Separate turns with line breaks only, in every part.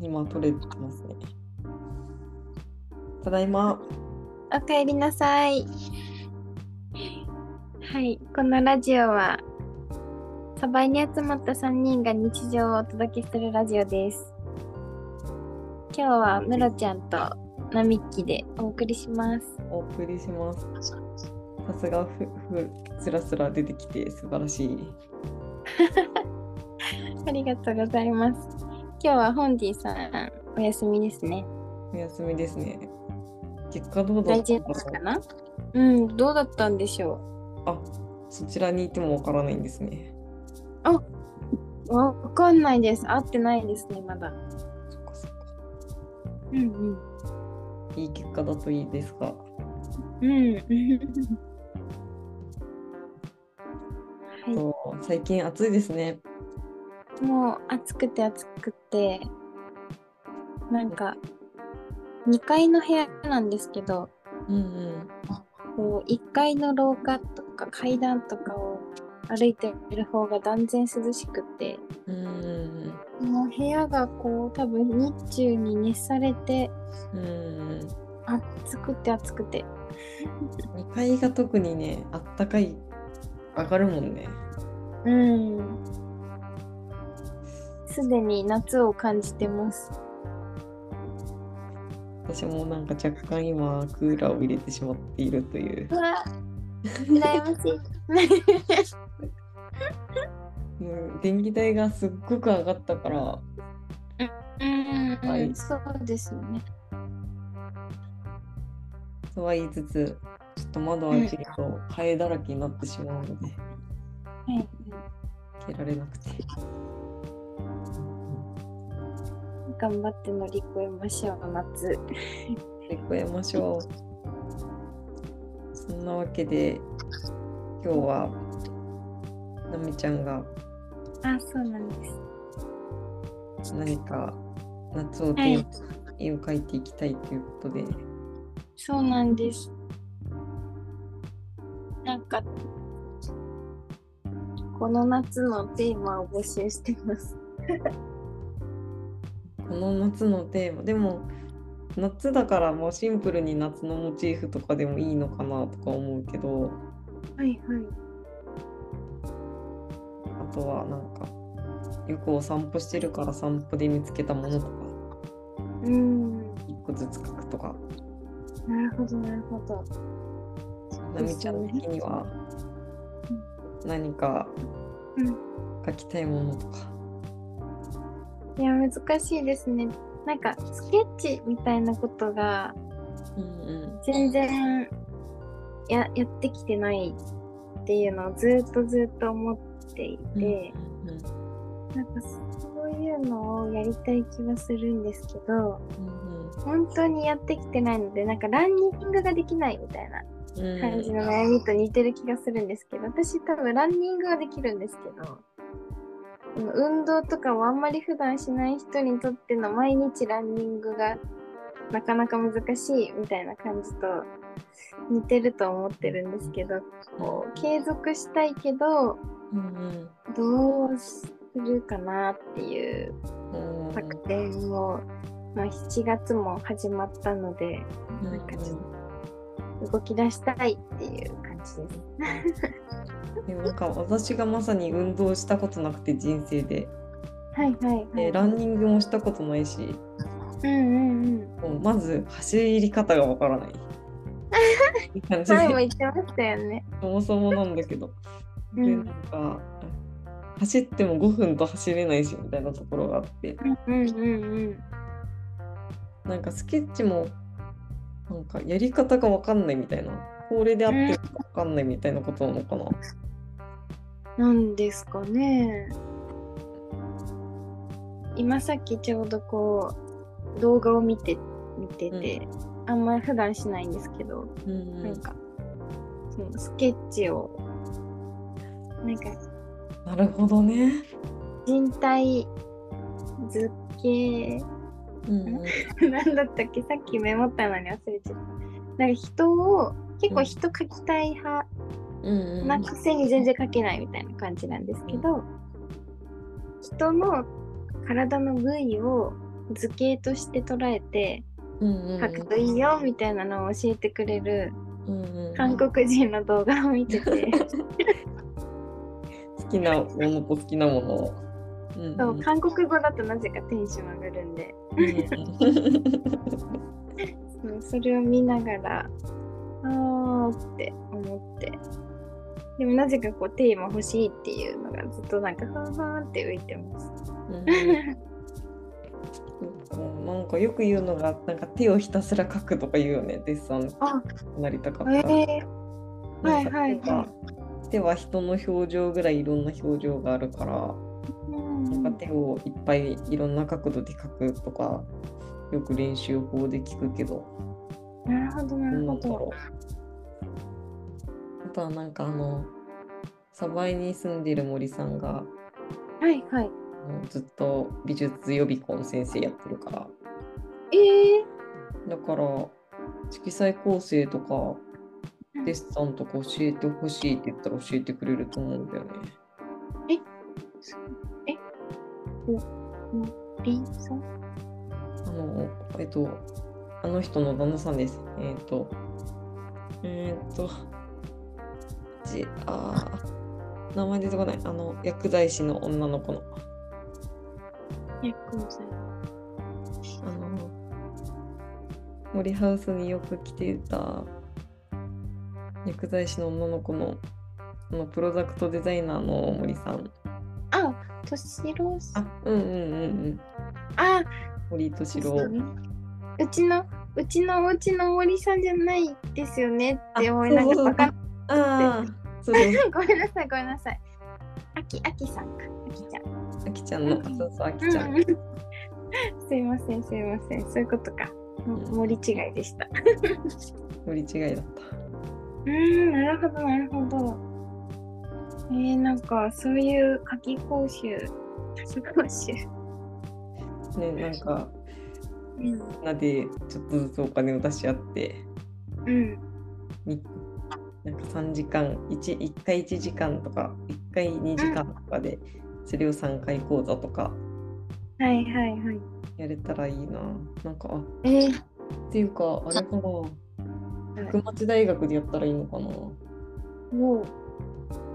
今取れてますね。ただいま。
おかえりなさい。はい、このラジオは、サバイに集まった3人が日常をお届けするラジオです。今日はムロちゃんとナミッキでお送りします。
お送りします。さすがふふスラスラ出てきて素晴らしい。
ありがとうございます。今日はホンディさん、お休みですね。
お休みですね。結果どうだ
大
った
丈
の
夫かなうん、どうだったんでしょ
あ、そちらにいてもわからないんですね。
うわかんないです。会ってないですね、まだ。
そっかそっか
うんうん。
いい結果だといいですが。
うん。は
そう最近暑いですね。
い、もう暑くて暑くて、なんか、2階の部屋なんですけど、
うんうん。
こう1階の廊下とか階段とかを歩いてる方が断然涼しくて、
うんうん
もう部屋がこう多分日中に熱されて、
うんうんうん。
暑くて暑くて、
2階が特にね、あったかい、上がるもんね。
うん。すでに夏を感じてます。
私もなんか若干今クーラーを入れてしまっているという
う わ、羨ましい。
もう電気代がすっごく上がったから
うん
は
う
い
ん、そうですよね。
とは言いつつちょっと窓を開けるとハエだらけになってしまうので
はい。
開けられなくて
頑張って乗り越えましょう、夏。
乗り越えましょうそんなわけで今日はなみちゃんが
あ、そうなんです。
何か夏をテーマに絵を描いていきたいということで、
そうなんです。なんか、この夏のテーマを募集してます。
この夏のテーマでも夏だからまあシンプルに夏のモチーフとかでもいいのかなとか思うけど
はいはい。
あとはなんかよくお散歩してるから散歩で見つけたものとか
うん。
一個ずつ書くとか
なるほど、なるほど。
なみちゃん的には何か
うん
書きたいものとか
いや、難しいですね。なんか、スケッチみたいなことが、
うんうん
全然ややってきてないっていうのをずっとずっと思ってい
うん
て、
うん
なんかそういうのをやりたい気はするんですけど本当にやってきてないのでなんかランニングができないみたいな
うんうん
感じの悩みと似てる気がするんですけど私多分ランニングはできるんですけど。この運動とかをあんまり普段しない人にとっての毎日ランニングがなかなか難しいみたいな感じと似てると思ってるんですけどこう継続したいけど
うん
どうするかなっていう
うんうん
作戦を、まあ、7月も始まったのでなんかちょっと動き出したいっていう感じです。
でもなんか私がまさに運動したことなくて人生で、
はいはい、はい
でランニングもしたことないし
うんうん うん。
もうまず走り方がわからない って感じで
前も言ってましたよね。
そもそもなんだけど、
うん
でなんか走っても5分と走れないしみたいなところがあって
うんうんうん。
なんかスケッチもなんかやり方がわかんないみたいなこれで合ってるかわかんないみたいなことなのかな、
なんですかね。今さっきちょうどこう動画を見て見てて、あんまり普段しないんですけど、
うん
なんかそのスケッチをなんか
なるほどね、
人体図形
うん
なんだったっけさっきメモったのに忘れちゃったなんか人を結構人描きたい派
うんうん、
なくせに全然描けないみたいな感じなんですけど人の体の部位を図形として捉えて
うんうん
書くといいよみたいなのを教えてくれる
うんうんうん
韓国人の動画を見 てて、
好きなものと好きなものを。うんうん
そう韓国語だとなぜかテンション上がるんで、うんそれを見ながらあーって思ってでもなぜかこうテーマ欲しいっていうのがずっとなんかふんふんって浮いてます。
うんなんかよく言うのがなんか手をひたすら描くとか言うよねデッサン
あ
なりたかった、
えー、は
ないんか
はいは
手は人の表情ぐらいいろんな表情があるから、
い。うん
なんか手をいっぱいいろんな角度で描くとかよく練習法で聞くけど
なるほどな
どう
る
な
ほ
んだろ
ど。
うあとはなんかあのサバイに住んでいる森さんが
はいはい。
もうずっと美術予備校の先生やってるから
え
だから色彩構成とか
うん
デッサンとか教えてほしいって言ったら教えてくれると思うんだよね。
ー、リンさん
あのえっとあの人の旦那さんです。えっとえっとじあー名前出てこないあの薬剤師の女の子の
役のさん。
あの森ハウスによく来ていた薬剤師の女の子のあのプロダクトデザイナーの森さん。
あ、としろさ
あ
ん。
うんうんうんうん。
あ、
森と
とし
白
ろ。うちの、うちのおうちの森さんじゃないですよねって思いながら、わかん
あそうそうそうあー、そう
ごめんなさい、ごめんなさい。あき、あきさんか。あきちゃん。
そう。あきちゃんの、
うん
そうそう、あきちゃん。
うん すいません、すいません。そういうことか。
ん
森違いでした。
森違いだった。
うーん、なるほど、なるほど。えー、なんか、そういう夏季講習、夏季講習。
ね、なんか、
うん。
みんなでちょっとずつお金を出し合って、
うん。
になんか3時間、一一回1時間とか、1回2時間とかで、それを3回講座とか
はいはいはい。
やれたらいいな。なんか、あっ
えー、
ていうか、あれかな。福町大学でやったらいいのかな。
もう、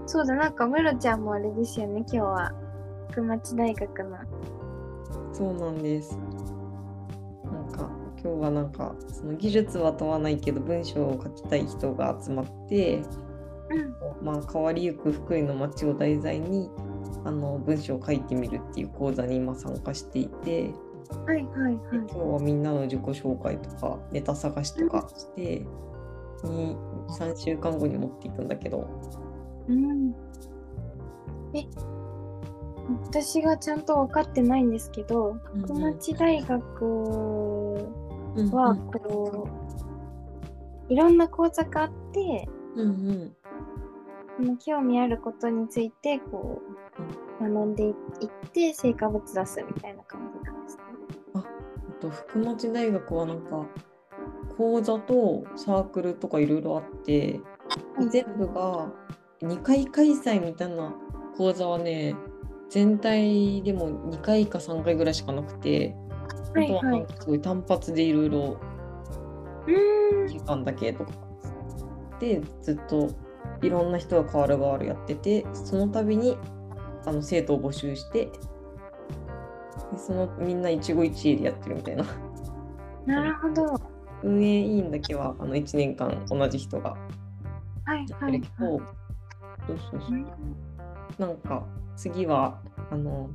そうだ、なんか、ムロちゃんもあれですよね、今日は。福町大学の。
そうなんです。なんか今日はなんかその技術は問わないけど文章を書きたい人が集まって、
うん。
まあ、変わりゆく福井の街を題材にあの文章を書いてみるっていう講座に今参加していてで
はいはいはい。
今日はみんなの自己紹介とかネタ探しとかしてに3週間後に持っていくんだけど
うん。え、私がちゃんと分かってないんですけど、
うんうん
福町大学はこう、いろんな講座があって、
うんうん
その興味あることについてこう学んでいって成果物出すみたいな感じなんですね。
あと福町大学はなんか講座とサークルとかいろいろあって
はい
全部が2回開催みたいな講座はね全体でも2回か3回ぐらいしかなくて、
はい
あとは
は
ないん。かすごい単発でいろいろ
う
時間だけとかでずっといろんな人が変わる変わるやっててその度にあの生徒を募集してでそのみんな一期一会でやってるみたいな。
ーん、なるほど。は
運営委員だけはあの1年間同じ人が
い
やっ
は
てる
い
けど、
はい。
そうそう
う
そ
ん
うなんか次はあの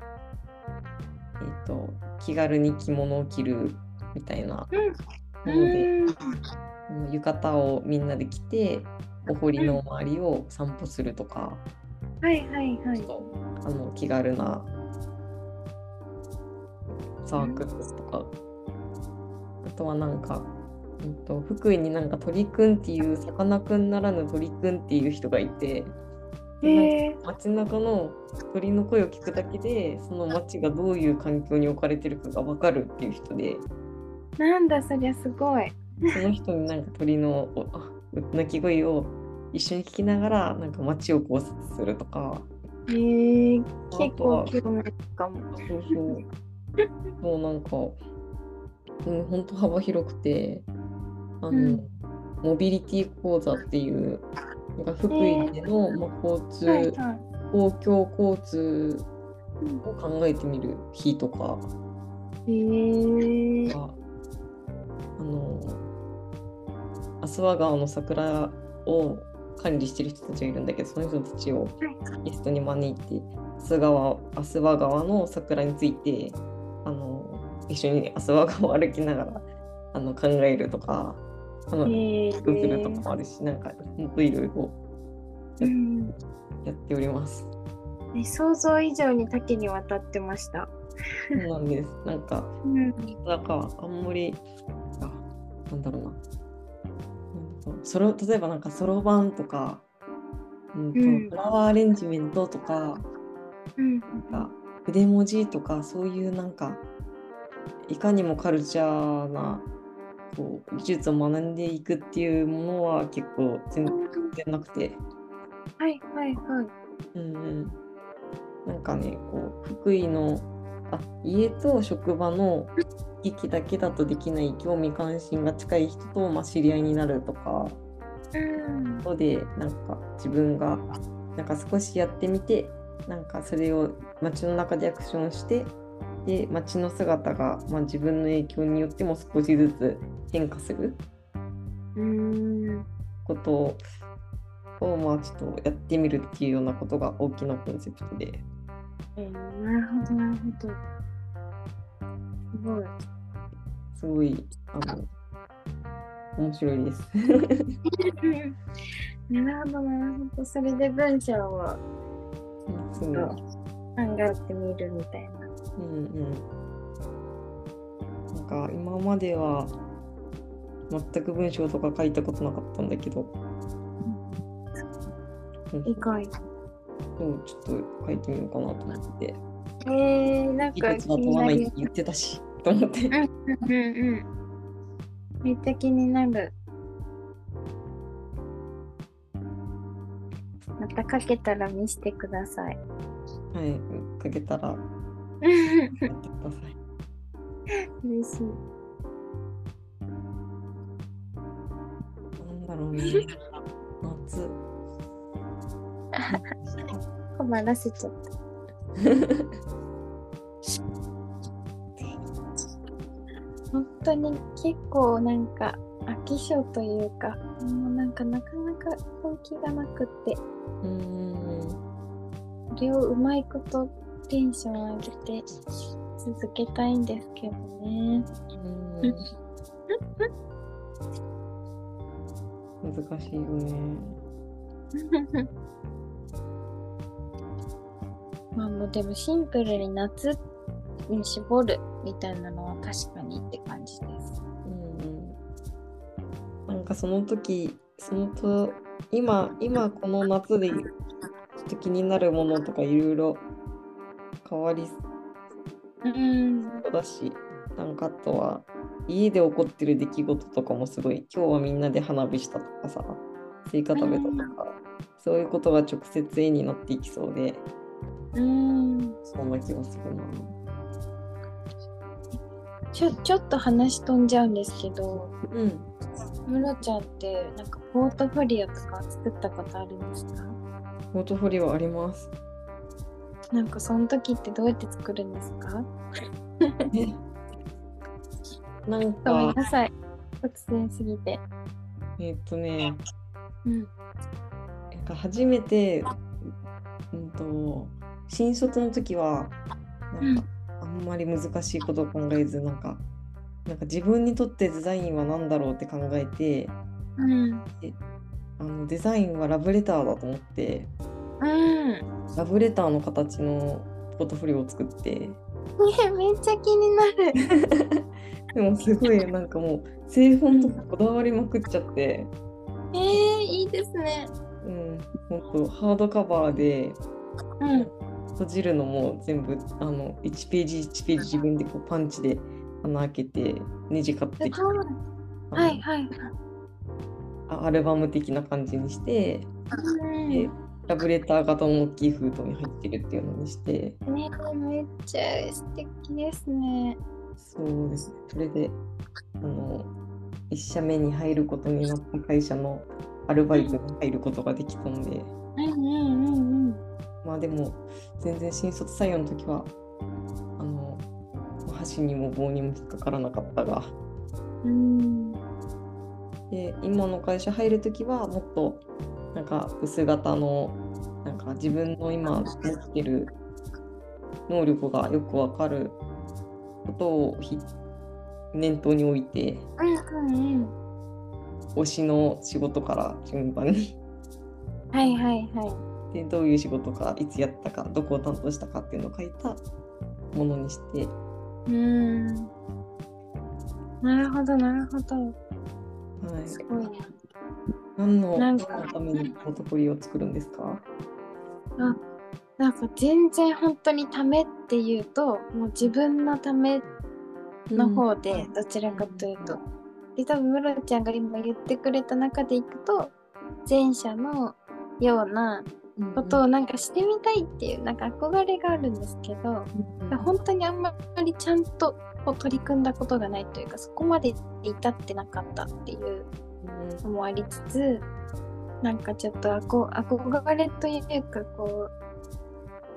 えっ、と気軽に着物を着るみたいな
う
もので、
ん
あの浴衣をみんなで着てお堀の周りを散歩するとか、
はいはいはい
ちょっ。とあの気軽なサークルとか、あとはなんか、うんと、福井になんか鳥くんっていうさかなクンならぬ鳥くんっていう人がいてで
えー、
なんか街中の鳥の声を聞くだけでその街がどういう環境に置かれてるかが分かるっていう人で
なんだそりゃすごい。
その人になんか鳥のおあ鳴き声を一緒に聞きながらなんか街を考察するとか。
えー、
あ
結
とは
構興味あるかも。
そうそう。もうなんか、うん、本当幅広くて、あの、
うん
モビリティ講座っていう、なんか福井での、まあ、交通、
はいはい
公共交通
うん
を考えてみる日とか
へえー、
が、あの、阿諏訪川の桜を管理してる人たちがいるんだけど、その人たちをゲストに招いて、阿諏訪阿諏訪川の桜について、あの一緒に阿諏訪川を歩きながらあの考えるとか、あの、
へえ
企画するとかもあるし、なんか、ほんといろいろ
うん
やっております。
ね想像以上に多岐にわたってました。
そうなんです。なんか、
うん、
なんかあんまりあなんだろうなうんとそれを例えばなんかそろばんとか、うんと
うん
フラワーアレンジメントとか
うん、
なんか筆文字とかそういうなんかいかにもカルチャーなこう技術を学んでいくっていうものは結構全然なくて、
はいはいはい。
うんうん、なんかねこう福井のあ家と職場の行きだけだとできない興味関心が近い人と、まあ、知り合いになるとか
うん、
のでなんか自分がなんか少しやってみてなんかそれを街の中でアクションしてで街の姿が、まあ、自分の影響によっても少しずつ変化する
うん、
ことをを、まあ、ちょっとやってみるっていうようなことが大きなコンセプトで。
えー、なるほどなるほど。すご
す
い。
ごい、あの、面白いです。
なるほどなるほど。それで文章を
そう
うん考えてみるみたいな。
うんうん。なんか、今までは、全く文章とか書いたことなかったんだけど、うん
意外。
そうちょっと書いてみようかなと思ってて、
えー、なん
技
か
術
気
は
に
問わ
な
ないっ
る
て。言ってたし、と思って。
うんうん。めっちゃ気になる。またかけたら見してください。
はい、かけたら、やってください。
嬉しい。
なんだろうね。夏。
困らせちゃっ本当に結構なんか飽き性というかもうなんかなかなか本気がなくって
うん。
それをうまいことテンション上げて続けたいんですけどね
うん難しいよね。
まあもうでもシンプルに夏に絞るみたいなのは確かにって感じです
うんうん、なんかその時そのと今今この夏でちょっと気になるものとかいろいろ変わりそ
うん
うだしなんかあとは家で起こってる出来事とかもすごい今日はみんなで花火したとかさスイカ食べたとかそういうことが直接絵になっていきそうで
うん
そんな気がするな。
ちょちょっと話飛んじゃうんですけど
うん
ムロちゃんってなんかポートフォリオとか作ったことあるんですか
ポートフォリオあります。
なんかその時ってどうやって作るんですか
なん
ごめん
か
なさい。突然すぎて。
えーっとね
う
な
ん。
んか初めて、うん、と新卒の時はなんかあんまり難しいことを考えずなんかなんか自分にとってデザインは何だろうって考えて
うん。
あのデザインはラブレターだと思って
うん。
ラブレターの形のポートフォリオを作って
ねめっちゃ気になる。
でもすごいなんかもう製本とかこだわりまくっちゃって、
えー、いいですね。
うん、本当ハードカバーで
うん。
閉じるのも全部あの1ページ1ページ自分でこうパンチで穴開けてねじ買って
す
きて
ごい。
あの
はいはい。
あアルバム的な感じにして、
うん
でラブレター型の大きい封筒に入ってるっていうのにして
ねめっちゃ素敵ですね。
そうですねそれであの1社目に入ることになった会社のアルバイトに入ることができたので
うんうんうんうん。
まあでも全然新卒採用の時はあの箸にも棒にも引っかからなかったが
うん、
で今の会社入る時はもっとなんか薄型のなんか自分の今持ってる能力がよくわかることをひ念頭に置いて
うんうん
推しの仕事から順番に
はいはいは
でどういう仕事かいつやったかどこを担当したかっていうのを書いたものにして
い。うん。なるほどなるほど。
はい
すごいね。
何の
な
何
ん
の
か
ためにポートフォリオを作るんですか
なんか全然本当にためっていうともう自分のための方でどちらかというと。で多分ムロちゃんが今言ってくれた中でいくと前者のような
うん
ことをなんかしてみたいっていうなんか憧れがあるんですけど本当にあんまりちゃんとこう取り組んだことがないというかそこまで至ってなかったっていうのもありつつなんかちょっとあこ憧れというかこ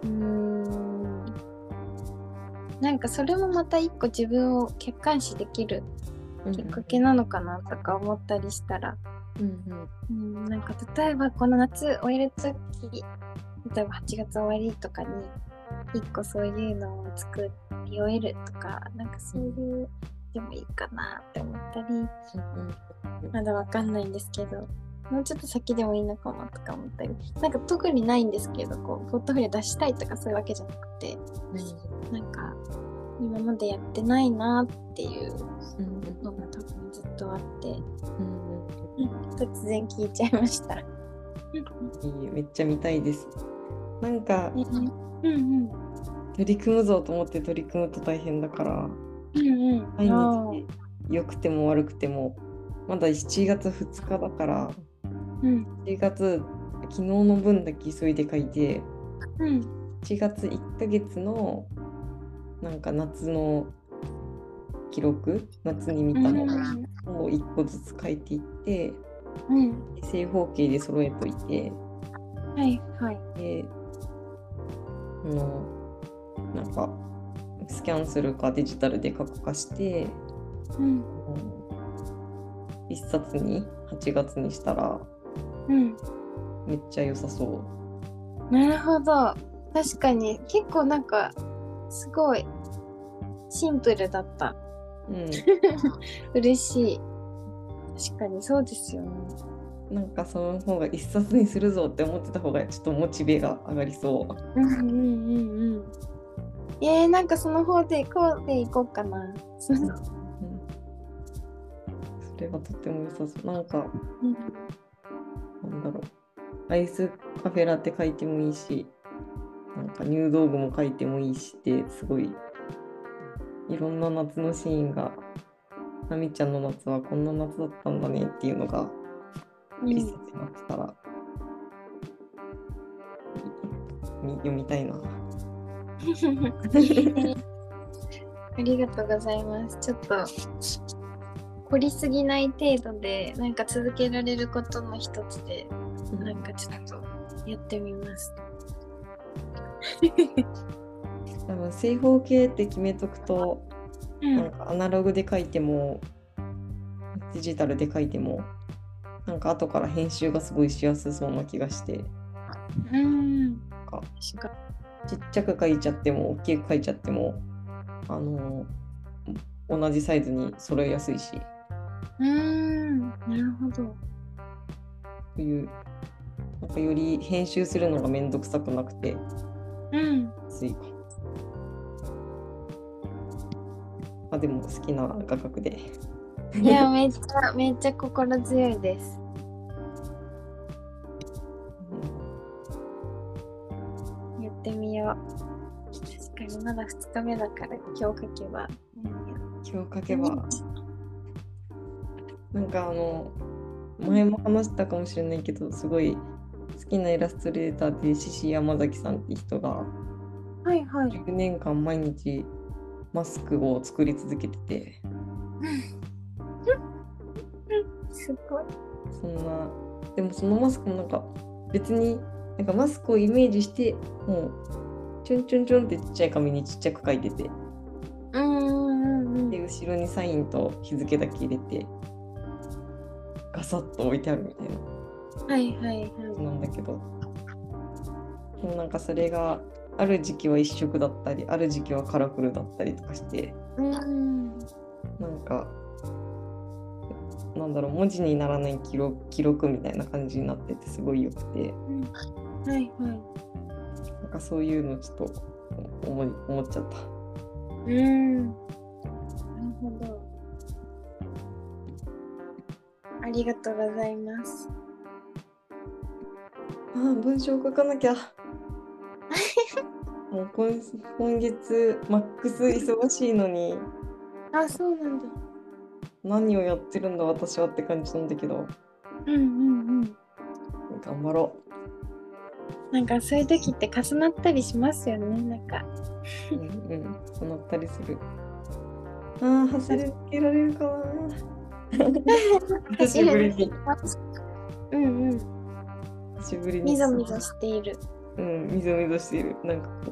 ううーんなんかそれもまた一個自分を客観視できるきっかけなのかなとか思ったりしたら
うんうん
うん、なんか例えばこの夏終える時例えば8月終わりとかに1個そういうのを作り終えるとかなんかそういうでもいいかなって思ったりまだわかんないんですけどもうちょっと先でもいいのかもとか思ったりなんか特にないんですけどこうポートフォリオ出したいとかそういうわけじゃなくてなんか今までやってないなっていうのが多分ずっとあって突然聞いちゃいました。
いいめっちゃ見たいですなんか
ねうんうん
取り組むぞと思って取り組むと大変だから
うんうん。
毎
あー
日良くても悪くてもまだ7月2日だから
うん
7月昨日の分だけ急いで書いて
うん
1月1ヶ月のなんか夏の記録夏に見
う
た
ん
ものを1個ずつ書いていって
うん。
正方形で揃えといて
はいはい。
であのなんかスキャンするかデジタルで過去化して
うん
あの一冊に8月にしたら
うん。
めっちゃ良さそう。
なるほど。確かに結構なんかすごいシンプルだった。
うん
嬉しい。確かにそうですよね。
なんかその方が一冊にするぞって思ってた方がちょっとモチベが上がりそう。
うんうんうんうん。えー、なんかその方でこうでいこうかな。うん
それはとっても良さそう。なんかなんだろう。アイスカフェラテ書いてもいいし、なんか入道具も書いてもいいしって、すごい、いろんな夏のシーンが、なみちゃんの夏はこんな夏だったんだねっていうのが、
うん
一冊になってたら、み読みたいな。
ありがとうございます。ちょっと凝りすぎない程度でなんか続けられることの一つでなんかちょっとやってみます。
多分正方形って決めとくと、
う
なんかアナログで書いてもデジタルで書いてもなんか後から編集がすごいしやすそうな気がして
うん。
か
確か
ちっちゃく書いちゃっても大きく書いちゃってもあの同じサイズに揃えやすいし
に。うん。なるほど。
というなんかより編集するのがめんどくさくなくて
うん。
ついか。あでも好きな画角で。
いや、めっちゃ、 めっちゃ心強いです。やってみよう。確かにまだ2日目だから今日書けば。
今日書けばなんかあの前も話したかもしれないけどすごい好きなイラストレーターで獅子山崎さんって人が
はいはい。
10年間毎日マスクを作り続けてて
すごい。
そんなでもそのマスクもなんか別になんかマスクをイメージしてもうチュンチュンチュンってちっちゃい紙にちっちゃく書いてて
うんうん
で後ろにサインと日付だけ入れてガサッと置いてあるみたいな
はいはいはい。
なんだけどでもなんかそれがある時期は一色だったりある時期はカラフルだったりとかして
うん。
なんかなんだろう文字にならない記録記録みたいな感じになっててすごいよくて
はいはい。
なんかそういうのちょっと思い思っちゃった。
うん。なるほど。ありがとうございます。
あー文章書かな きゃ。もう今今月マックス忙しいのに
あ、そうなんだ。
何をやってるんだ私はって感じなんだけど
うんうんうん。
頑張ろ
なんかそういう時って重なったりしますよね。なん か。
う。うんうん、そのったりする。あー走り抜けられるかな。久しぶりに
うん うん。
久しぶりに。
みぞみぞしている。
うんみぞみぞしている。なんかこ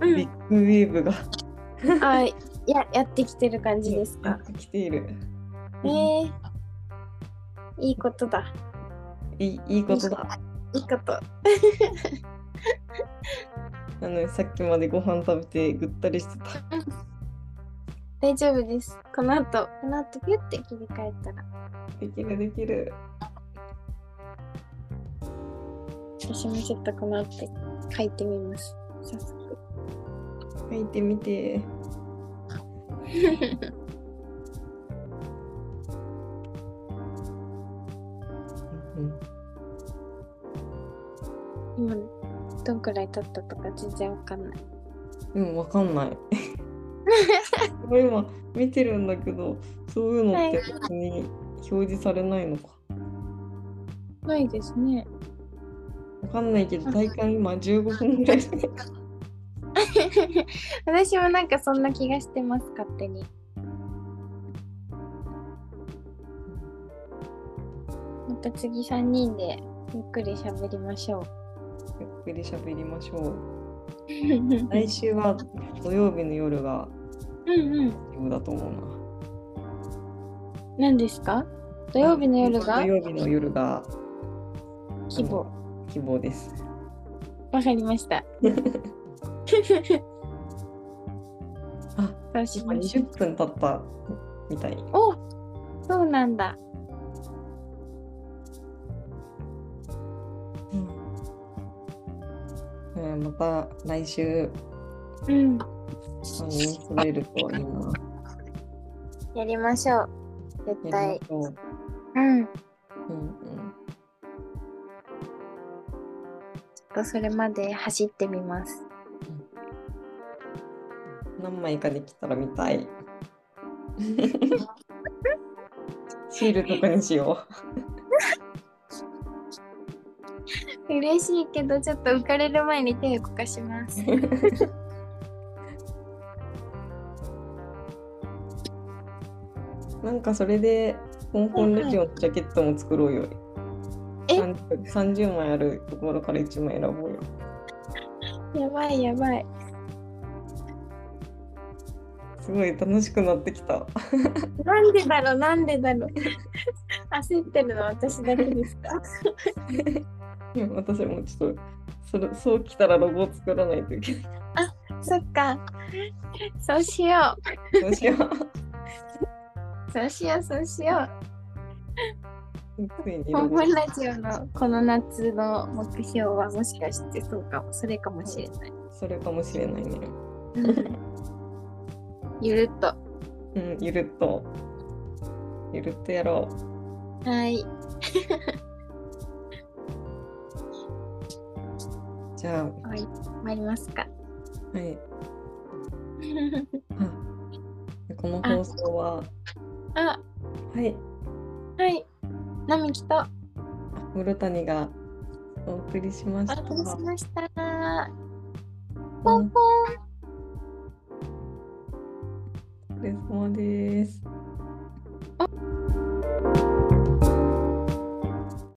う
うビ
ん。
ッグウェーブが
あ、いや、やってきてる感じです
や
か。
ってきている。
ええ。いいことだ。
いいいいことだ。
いいこと。
あのさっきまでご飯食べてぐったりしてた。
大丈夫です。この後、この後ピュって切り替えたら、
できるできる。
私もちょっとこの後書いてみます。早速。
書いてみて。うんうん
今、どんくらい経ったとか全然わかんない。
うん、わかんない。俺今見てるんだけど、そういうのって別に表示されないのか。
ないですね。
わかんないけど、大会今15分ぐ らいしか。
私もなんかそんな気がしてます、勝手に。また次3人でゆっくり喋りましょう。
ゆっくり喋りましょう。 来週は土曜日の夜が
うんうん。
夜だと思う
何ですか土
な。
曜日の夜が
土曜日の夜が
希望。
あの希望です。
わかり ました。
あ、
そうし
今
ましょ
20
う。
分経ったみたい。
おそうなんだ。
うん、また来週
う
あ
ん。
の滑れるといいな。
やりましょう。絶
やり
対
ま。しょう。
うん。ち
うんうん。
ょっとそれまで走ってみます。
何枚かできたら見た い。シールとかにしよ
嬉しいけど、ちょっと浮かれる前に手を動かします。
う。なんかそれで、コンコンラジオのジャケットも作ろうよ。
え
30 ?30 枚あるところから1枚選ぼうよ。
やばいやばい。
すごい楽しくなってきた。
なんでだろうなんでだろう 焦ってるの私だけです か
いや私もちょっと、それそうきたらロゴ作らないといけない。
そっか。そうしよ
どうしよう。
う。そうしよう、そうしよう。
ついに
本
ロゴ
本ラジオのこの夏の目標はもしかしてそうかもそれかもしれない。
それかもしれないね。
ゆるっと。は
うん、ゆるっと。ゆるっとやろう。
ーい。
じゃあ、
参ります か。
はい。でこの放送は、
あ、
はい、
はい。なみきと。
室谷が
お送りしま
お
した。
送りしました。
う
ポ
ん
ンポン。